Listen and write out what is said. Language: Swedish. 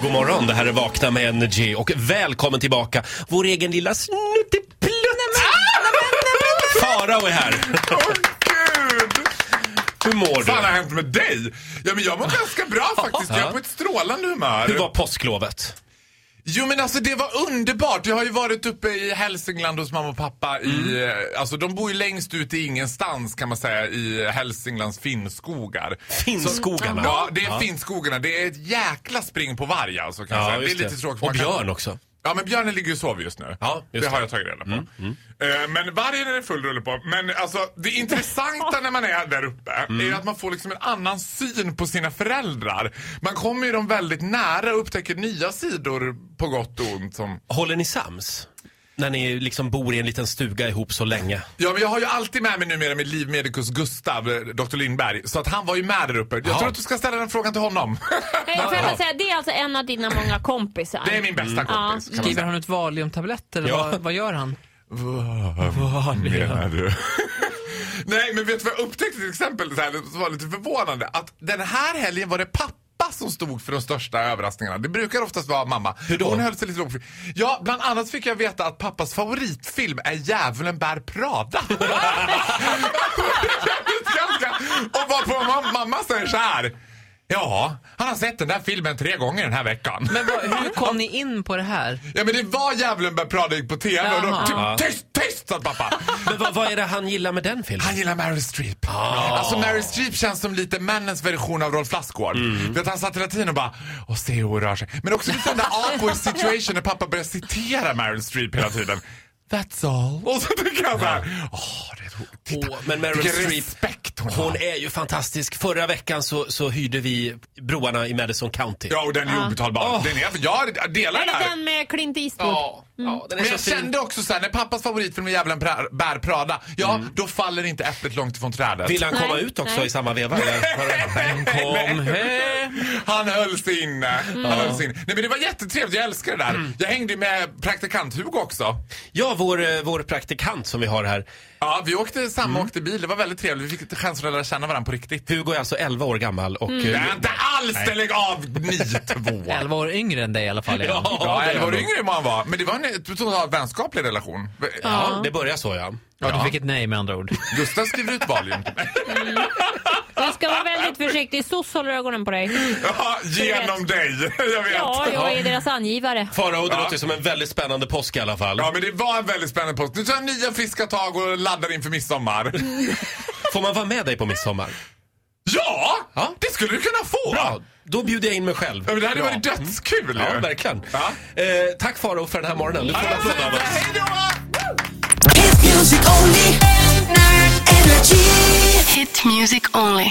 God morgon, det här är Vakna med Energy och välkommen tillbaka vår egen lilla snutteplutt! Farao är här. Åh gud! Hur mår du? Vad har hänt med dig? Ja, men jag mår ganska bra faktiskt. Jag är på ett strålande humör. Hur var påsklovet? Jo men alltså det var underbart. Jag har ju varit uppe i Hälsingland hos mamma och pappa. Mm. I, eh, alltså de bor ju längst ut i ingenstans kan man säga i Hälsinglands finnskogar. Finnskogarna? Ja, det är finnskogarna. Det är ett jäkla spring på varg alltså kan jag säga. Det just är lite tråkigt. Och Man kan- björn också. Ja, men björnen ligger ju och sover just nu. Ja, just det har det. jag tagit reda på. Eh, Men vargen är det full rulle på. Men alltså, det intressanta när man är där uppe är ju att man får liksom en annan syn på sina föräldrar. Man kommer ju dem väldigt nära och upptäcker nya sidor på gott och ont. Som... Håller ni sams? När ni liksom bor i en liten stuga ihop så länge. Ja, men jag har ju alltid med mig numera min livmedikus Gustav, eh, Dr. Lindberg. Så att han var ju med där uppe. Jag Ja. tror att du ska ställa den frågan till honom. Hej, får jag bara säga, det är alltså en av dina många kompisar. det är min bästa kompis. Ja. Kan man Skriver säga. han ut valiumtabletter eller Ja. vad, vad gör han? Vad menar du? Nej, men vet du vad jag upptäckte till exempel så här, som var lite förvånande? Att den här helgen var det pappa som stod för de största överraskningarna. Det brukar oftast vara mamma. Hur då? Hon höll sig lite lågt. Ja, bland annat fick jag veta att pappas favoritfilm är Djävulen bär Prada. Ganska- Och vad på mamma, mamma säger så här. Ja, han har sett den där filmen tre gånger den här veckan. Men vad, hur kom ni in på det här? Ja men det var Djävulen bär Prada gick på TV och då Jaha. typ, tyst, tyst sa pappa. Men vad, vad är det han gillar med den filmen? Han gillar Meryl Streep. Ah. Alltså Meryl Streep känns som lite männens version av Rolf Lassgård. Mm. Du vet, han satt hela tiden och bara och se hur hon rör sig. Men också lite den där awkward situation när pappa börjar citera Meryl Streep hela tiden. That's all. Och så tycker jag såhär, åh, det är roligt. Titta, Åh, men Meryl vilken Streep, respekt hon, Hon har. är ju fantastisk. Förra veckan så, så hyrde vi broarna i Madison County. Ja, och den Ah. är obetalbar. Den är, jag delar Är den det här. den med Clint Eastwood? Ja. Ja, den är Men så jag fin. kände också såhär, när pappas favoritfilm är Djävulen pra- bär Prada, ja, Mm. då faller inte äpplet långt ifrån trädet. Vill han Nej, komma ut också nej. i samma veva? eller? Nej. Kom hem. Han höll sig inne. Han höll sig inne. Nej, men det var jättetrevligt, jag älskar det där. Jag hängde ju med praktikant-Hugo också. Ja, vår, eh, vår praktikant som vi har här. Ja, vi åkte samma åkte bil, det var väldigt trevligt. Vi fick chansen att lära känna varandra på riktigt. Hugo är alltså 11 år gammal och... eh, Det är inte alls det, lägg av ni två! 11 år yngre än dig i alla fall. Är han. Ja. Ja, det är eller var han. yngre än vad han var. Men det var en totalt vänskaplig relation. Ja, det börjar så ja. ja, du fick ett nej med andra ord. Gustav skriver ut valium till mig. Jag ska vara väldigt försiktig. SOS håller ögonen på dig. Ja, genom dig. Jag vet. Ja, jag är deras angivare. Farao, det Ja. låter som en väldigt spännande påsk i alla fall. Ja, men det var en väldigt spännande post. Nu tar jag nya friska tag och laddar inför midsommar. Får man vara med dig på midsommar? Ja! Ja. Det skulle du kunna få! Bra! Då bjuder jag in mig själv. Ja, men det hade Bra. varit dötskul Ja, ju. verkligen. Ja. Eh, tack Farao för den här morgonen. Du får en applåd av oss. Hej då! Hit music only. Energy. Hit music only.